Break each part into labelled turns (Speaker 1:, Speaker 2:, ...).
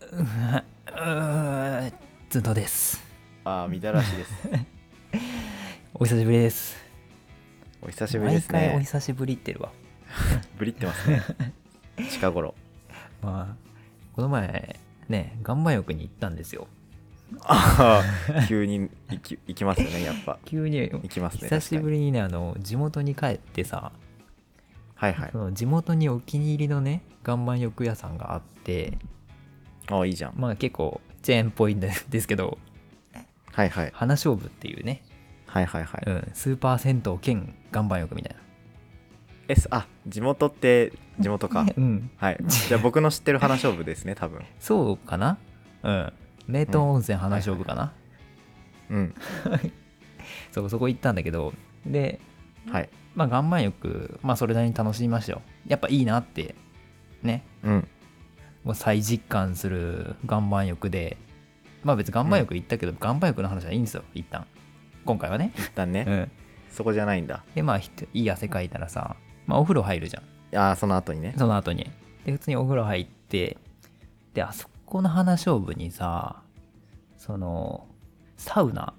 Speaker 1: うわうーずんとです
Speaker 2: ああ、みたらしです。
Speaker 1: お久しぶりです
Speaker 2: お久しぶりで
Speaker 1: 毎
Speaker 2: す
Speaker 1: 回お
Speaker 2: ね。
Speaker 1: 久しぶりって言うわ
Speaker 2: ぶりってま すね。近頃。
Speaker 1: まあこの前ね岩盤浴に行ったんですよ
Speaker 2: ああ、急に行き行きますよね、やっぱ。
Speaker 1: 急に
Speaker 2: 行きますね。
Speaker 1: 久しぶ
Speaker 2: り。
Speaker 1: りにねあの地元に帰ってさ、
Speaker 2: はいはい
Speaker 1: そ。の地元にお気に入りのね岩盤浴屋さんがあって
Speaker 2: ああ、いいじゃん。
Speaker 1: まあ結構チェーンっぽいんでですけど
Speaker 2: はいはい。
Speaker 1: 花勝負っていうね、
Speaker 2: はいはいはい。
Speaker 1: うん、スーパー銭湯兼岩盤浴みたい
Speaker 2: え、そあ、地元って地元か
Speaker 1: な。うん
Speaker 2: はい。 じゃあ僕の知ってる花勝負ですね、多分。
Speaker 1: そうかなうん名湯温泉花勝負かな、
Speaker 2: うん。
Speaker 1: そうそこ行ったんだけどで
Speaker 2: はい。
Speaker 1: まあ岩盤浴まあそれなりに楽しみましたよやっぱいいなってね
Speaker 2: うん。
Speaker 1: もう再実感する岩盤浴でまあ別に岩盤浴行ったけど、岩盤浴の話はいいんですよ一旦今回はね
Speaker 2: 一旦
Speaker 1: う
Speaker 2: ね、
Speaker 1: ん
Speaker 2: そこじゃないんだ。
Speaker 1: でまあひといい汗かいたらさまあお風呂入るじゃん
Speaker 2: ああ、その後にね。
Speaker 1: その後にで普通にお風呂入ってであそこの花勝負にさそのサウナ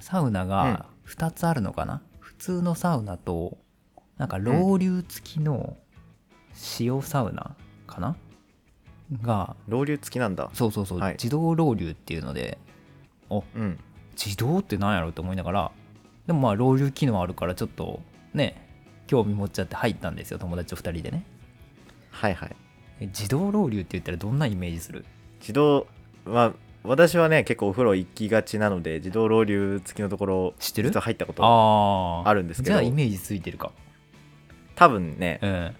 Speaker 1: サウナが2つあるのかな、普通のサウナとなんか老流付きの塩サウナかな、が
Speaker 2: 老流付きなんだ。
Speaker 1: そうそうそう、
Speaker 2: はい
Speaker 1: 自動老流っていうので
Speaker 2: うん。
Speaker 1: 自動ってなんやろと思いながらでもまあ老流機能あるからちょっとね興味持っちゃって入ったんですよ友達と2人でね
Speaker 2: はいはい。
Speaker 1: え自動老流って言ったらどんなイメージする
Speaker 2: 自動は私はね結構お風呂行きがちなので自動老流付きのところ
Speaker 1: 知ってる
Speaker 2: 実は入ったこと
Speaker 1: あ
Speaker 2: あるんですけ
Speaker 1: じゃ
Speaker 2: ど
Speaker 1: あイメージついてるか
Speaker 2: 多分ね
Speaker 1: うん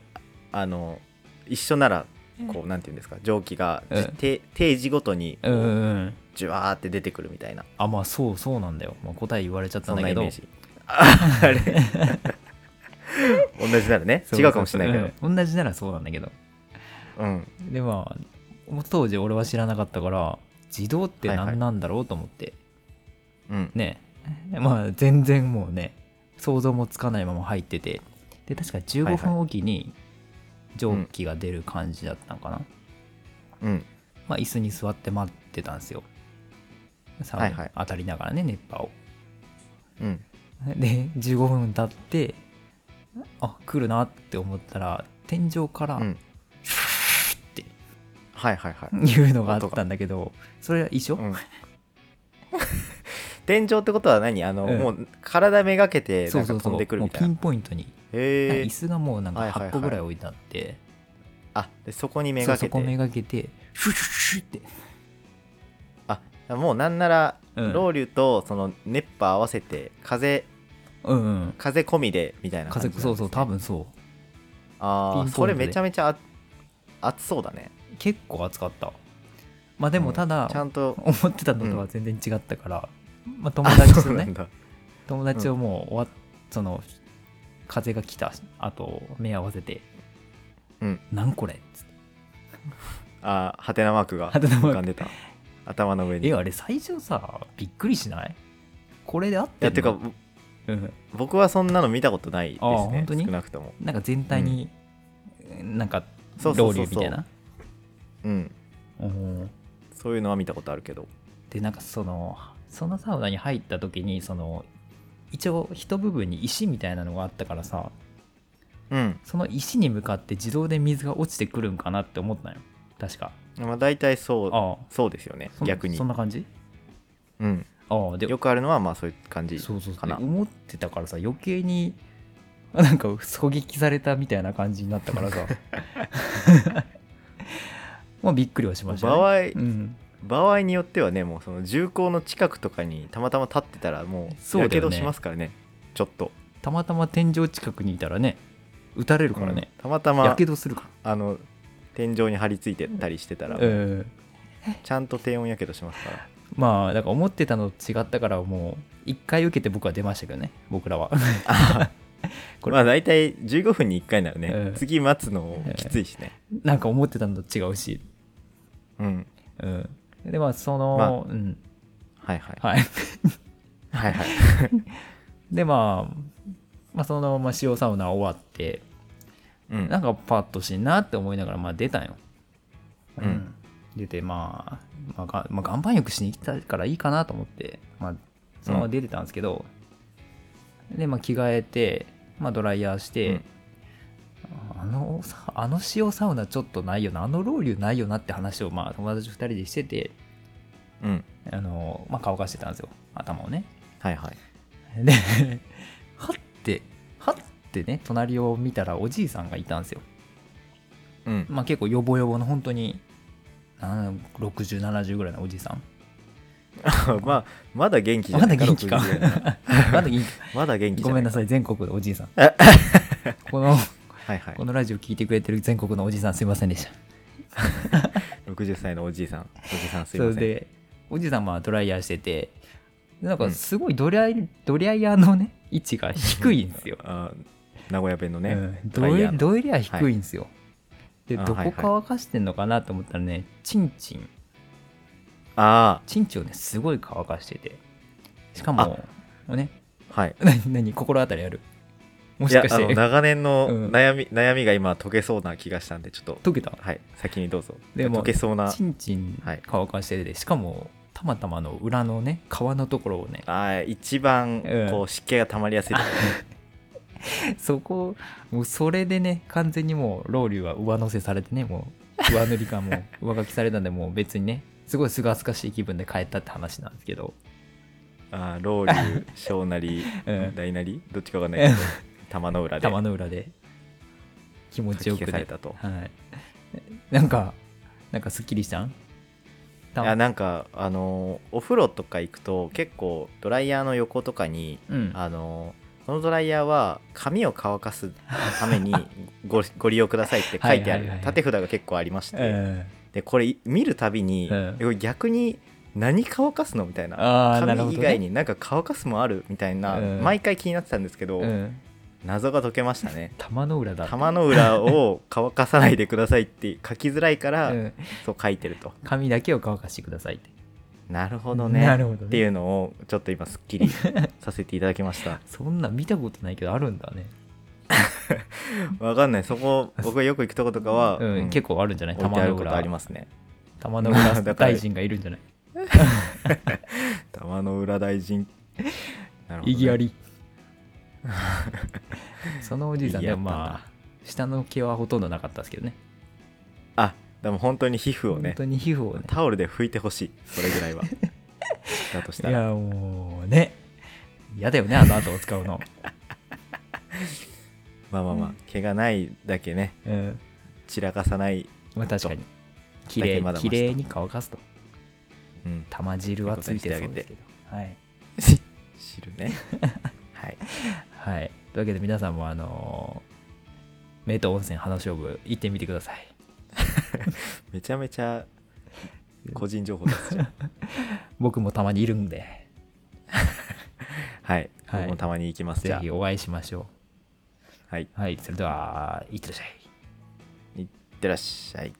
Speaker 2: あの一緒ならこうなんていうんですか蒸気が、
Speaker 1: うん
Speaker 2: て定時ごとにこ
Speaker 1: うんうん
Speaker 2: う
Speaker 1: うん
Speaker 2: ジュワーって出てくるみたいな
Speaker 1: あまあそうそうなんだよ、まあ、答え言われちゃったん
Speaker 2: そん
Speaker 1: だ
Speaker 2: な
Speaker 1: け
Speaker 2: イ
Speaker 1: ど
Speaker 2: メージああれ 同じならね
Speaker 1: そ
Speaker 2: 違うかもしれない
Speaker 1: そう
Speaker 2: け
Speaker 1: そううん同じならそうなんだけど
Speaker 2: どうん
Speaker 1: でまあ当時俺は知らなかったから自動って何なんだろうと思って、
Speaker 2: うん
Speaker 1: ねまあ全然もうね想像もつかないまま入っててで確か15分おきに蒸気が出る感じだったのかな、
Speaker 2: うん
Speaker 1: まあ、椅子に座って待ってたんですよ。サウ
Speaker 2: はいは
Speaker 1: ナ
Speaker 2: い
Speaker 1: 当たりながらね、熱波を。
Speaker 2: うん
Speaker 1: で、15分経って、あ来るなって思ったら、天井から
Speaker 2: うん
Speaker 1: って
Speaker 2: はいはいはい、
Speaker 1: いうのがあったんだけど、それは一緒、
Speaker 2: うん天井ってことは何あの、
Speaker 1: うん
Speaker 2: もう体めがけて
Speaker 1: そ
Speaker 2: な
Speaker 1: うんそ
Speaker 2: か
Speaker 1: うそ
Speaker 2: 飛んでく
Speaker 1: う、
Speaker 2: る
Speaker 1: もう
Speaker 2: みたい
Speaker 1: ピ
Speaker 2: な
Speaker 1: ンポイントに、
Speaker 2: へえ
Speaker 1: 椅子がもうなんか
Speaker 2: はいはいはい
Speaker 1: 8個ぐらい置いてあって、
Speaker 2: あでそこにめ
Speaker 1: そう
Speaker 2: がけ
Speaker 1: そ
Speaker 2: て
Speaker 1: こめがけて、シュシュシュって、
Speaker 2: あもうなんなら、
Speaker 1: うん
Speaker 2: ロウリュとその熱波合わせて風
Speaker 1: うんうん、
Speaker 2: 風込みでみたいな感じ
Speaker 1: 風、
Speaker 2: なんです
Speaker 1: そうそ
Speaker 2: ね
Speaker 1: う、多分そう、ピンポイ
Speaker 2: あ
Speaker 1: ン
Speaker 2: あ
Speaker 1: トで
Speaker 2: それめちゃめちゃあ暑そうだね
Speaker 1: 結構暑かった。まあで
Speaker 2: う
Speaker 1: も、
Speaker 2: ん
Speaker 1: ただ、
Speaker 2: ちゃんと
Speaker 1: 思ってたのとは全然違ったから、まあ友達と
Speaker 2: そうな
Speaker 1: ね
Speaker 2: んだ
Speaker 1: 友達をもう終わっその風が来たあと目合わせて
Speaker 2: うん
Speaker 1: 「なんこれ」っつって
Speaker 2: あーはてなマークが
Speaker 1: はてなマーク
Speaker 2: 浮かんでた頭の上
Speaker 1: 「
Speaker 2: にい
Speaker 1: えあれ最初さびっくりしないこれで合って
Speaker 2: や
Speaker 1: る
Speaker 2: てかぼ
Speaker 1: うん、
Speaker 2: 僕はそんなの見たことないで
Speaker 1: あー
Speaker 2: す
Speaker 1: 本
Speaker 2: ね
Speaker 1: 当
Speaker 2: 少
Speaker 1: に
Speaker 2: なくとも
Speaker 1: なんか全体に、なんかロ
Speaker 2: そうそう
Speaker 1: ウ
Speaker 2: そ
Speaker 1: リ
Speaker 2: う
Speaker 1: ュみたいな
Speaker 2: うん
Speaker 1: うん
Speaker 2: そういうのは見たことあるけど
Speaker 1: でなんかそのそのサウナに入った時にその一応一部分に石みたいなのがあったからさ
Speaker 2: うん、
Speaker 1: その石に向かって自動で水が落ちてくるんかなって思ったよ確か
Speaker 2: まあ、大体そう
Speaker 1: ああ
Speaker 2: そうですよね
Speaker 1: そん
Speaker 2: 逆に
Speaker 1: そんな感じ
Speaker 2: うん、
Speaker 1: ああで
Speaker 2: よくあるのはまあそういう感じ
Speaker 1: そうそうそ
Speaker 2: か
Speaker 1: う
Speaker 2: な
Speaker 1: 思ってたからさ余計にあなんか狙撃されたみたいな感じになったから さまあびっくりはしましたね
Speaker 2: 場合
Speaker 1: うん、
Speaker 2: 場合によってはねもうその銃口の近くとかにたまたま立ってたらも
Speaker 1: そううだ
Speaker 2: や
Speaker 1: よね
Speaker 2: けどしますからねちょっと、
Speaker 1: たまたま天井近くにいたらね撃たれるからね
Speaker 2: うんたまた
Speaker 1: や
Speaker 2: ま
Speaker 1: けどするか
Speaker 2: あの天井に張り付いてたりしてたら、
Speaker 1: ら、うん、
Speaker 2: ちゃんと低温やけどしますから
Speaker 1: まあだから思ってたのと違ったからもう一回受けて僕は出ましたけどね僕 らはこれ
Speaker 2: まあ大体15分に1回ならね、
Speaker 1: うん
Speaker 2: 次待つのきついしね、
Speaker 1: なんか思ってたのと違うし、
Speaker 2: うん
Speaker 1: うん、でまあその、
Speaker 2: まあ
Speaker 1: うん
Speaker 2: はいはい、
Speaker 1: はい
Speaker 2: はいはい
Speaker 1: でまあ、まあそのまま塩サウナ終わって
Speaker 2: うん
Speaker 1: なんかパッとしんなって思いながらまあ出たんよ、
Speaker 2: うん
Speaker 1: 出て、まあ、まあが、まあ、岩盤浴しに来たからいいかなと思って、まあ、そのまま出てたんですけど、で、まあ、着替えて、まあ、ドライヤーして、
Speaker 2: うん
Speaker 1: あのさあの塩サウナちょっとないよなあのロウリュないよなって話をまあ友達2人でしてて
Speaker 2: うん
Speaker 1: あの、まあ、乾かしてたんですよ頭をね
Speaker 2: はいはい
Speaker 1: で はってはってね隣を見たらおじいさんがいたんですよ
Speaker 2: うん
Speaker 1: まあ結構ヨボヨボの本当に6070ぐらいのおじいさん
Speaker 2: まあまだ元気じゃ
Speaker 1: ま
Speaker 2: な
Speaker 1: だ
Speaker 2: い
Speaker 1: 元気か
Speaker 2: 60ぐらいな
Speaker 1: まだ元気
Speaker 2: まだ 元気じ
Speaker 1: ご
Speaker 2: ゃ
Speaker 1: めん
Speaker 2: い
Speaker 1: なさい全国のおじいさん この
Speaker 2: はいはい
Speaker 1: このラジオ聞いてくれてる全国のおじいさんすいませんでした
Speaker 2: 60歳のおじいさんおじさんすい
Speaker 1: そ
Speaker 2: ま
Speaker 1: れ
Speaker 2: せん
Speaker 1: でおじさんまあドライヤーしててでなん
Speaker 2: う
Speaker 1: か
Speaker 2: ん
Speaker 1: すごいドライ、ドライヤーのね位置が低いんですよ、
Speaker 2: あ名古屋弁のね、
Speaker 1: うん、
Speaker 2: ド
Speaker 1: ド
Speaker 2: ライヤー
Speaker 1: イ
Speaker 2: の
Speaker 1: ドイヤー低いんですよ、で
Speaker 2: あ
Speaker 1: ど
Speaker 2: はいは
Speaker 1: こ乾
Speaker 2: い
Speaker 1: かしてんのかなと思ったらねチンチン
Speaker 2: あ
Speaker 1: チンチンをねすごい乾かしててしかもね
Speaker 2: あはい
Speaker 1: 何何 心当たりあるも
Speaker 2: い
Speaker 1: し
Speaker 2: や
Speaker 1: か
Speaker 2: あ
Speaker 1: し
Speaker 2: の
Speaker 1: て
Speaker 2: 長年の
Speaker 1: うん
Speaker 2: 悩み、悩みが今解けそうな気がしたんでちょっと
Speaker 1: 溶けた
Speaker 2: はい先にどうぞ
Speaker 1: でも
Speaker 2: 解けそうな
Speaker 1: チンチン
Speaker 2: はい
Speaker 1: 乾かしてて、しかもたまたまの裏のね皮のところをね
Speaker 2: あー一番
Speaker 1: うん
Speaker 2: こう湿気がたまりやすいとこ
Speaker 1: そこもうそれでね完全にもうロウリュは上乗せされてねもう上塗りが もう上書きされたんでもう別にねすごいすがすがしい気分で帰ったって話なんですけど、
Speaker 2: あーロウリュ小なり
Speaker 1: うん、
Speaker 2: 大なりどっちかわかんないけど玉の裏で
Speaker 1: 玉の裏で気持ちよく
Speaker 2: かき消され
Speaker 1: ね
Speaker 2: たと
Speaker 1: はい、なんかなんかすっきりしたんた
Speaker 2: いやなんかあのーお風呂とか行くと結構ドライヤーの横とかに
Speaker 1: うん
Speaker 2: あのーこのドライヤーは髪を乾かすため にごご利用くださいって書いてあ
Speaker 1: はいはい
Speaker 2: る
Speaker 1: はいはい
Speaker 2: 縦札が結構ありまして、
Speaker 1: うん
Speaker 2: でこれ見るたびに、
Speaker 1: うん
Speaker 2: えこれ逆に何乾かすのみたいな
Speaker 1: ああなるほど、
Speaker 2: 髪以
Speaker 1: ね
Speaker 2: 外になんか乾かすもあるみたいな、
Speaker 1: うん
Speaker 2: 毎回気になってたんですけど、
Speaker 1: うん、
Speaker 2: 謎が解けましたね
Speaker 1: 玉の裏だ
Speaker 2: 玉の裏を乾かさないでくださいって書きづらいから、
Speaker 1: うん
Speaker 2: そう書いてると
Speaker 1: 髪だけを乾かしてくださいって
Speaker 2: なるほどね
Speaker 1: なるほどね
Speaker 2: っていうのをちょっと今すっきりさせていただきました
Speaker 1: そんなん見たことないけどあるんだね、
Speaker 2: わかんないそ こ僕がよく行くとことかは、
Speaker 1: うん結構あるんじゃない
Speaker 2: 置い
Speaker 1: 玉
Speaker 2: てあ
Speaker 1: の
Speaker 2: ること
Speaker 1: 裏
Speaker 2: ありますね
Speaker 1: 玉の裏
Speaker 2: だから
Speaker 1: 大臣がいるん じゃない
Speaker 2: 玉の裏大臣なるほ
Speaker 1: 意
Speaker 2: どね
Speaker 1: 義あ りそのおじいさん
Speaker 2: 意義あ
Speaker 1: で
Speaker 2: っ
Speaker 1: も
Speaker 2: たんだ
Speaker 1: まあ下の毛はほとんどなかったですけどね
Speaker 2: あでも本当に皮膚を
Speaker 1: 本
Speaker 2: ね
Speaker 1: 当に皮膚をね
Speaker 2: タオルで拭いてほしいそれ ぐらいはだとし
Speaker 1: い
Speaker 2: たら
Speaker 1: やもうね嫌だよねあの後を使う の、
Speaker 2: まあまあまあ毛がないだけね
Speaker 1: うん、
Speaker 2: 散らかさない、
Speaker 1: まあ確かに綺麗
Speaker 2: ま
Speaker 1: に
Speaker 2: だまだ
Speaker 1: 綺麗に乾かすと
Speaker 2: うん、
Speaker 1: 玉汁はついてそうですけどはい、
Speaker 2: 汁ね はい
Speaker 1: はい、というわけで皆さんもあのー、名湯温泉花勝負行ってみてください
Speaker 2: めちゃめちゃ個人情報ですじゃん
Speaker 1: 僕もたまにいるんで
Speaker 2: はい、
Speaker 1: はい
Speaker 2: 僕もたまに行きますじ
Speaker 1: ぜ
Speaker 2: ゃ
Speaker 1: ひお会いしましょ
Speaker 2: あはいう
Speaker 1: はいそれではいってらっしゃい
Speaker 2: いってらっしゃい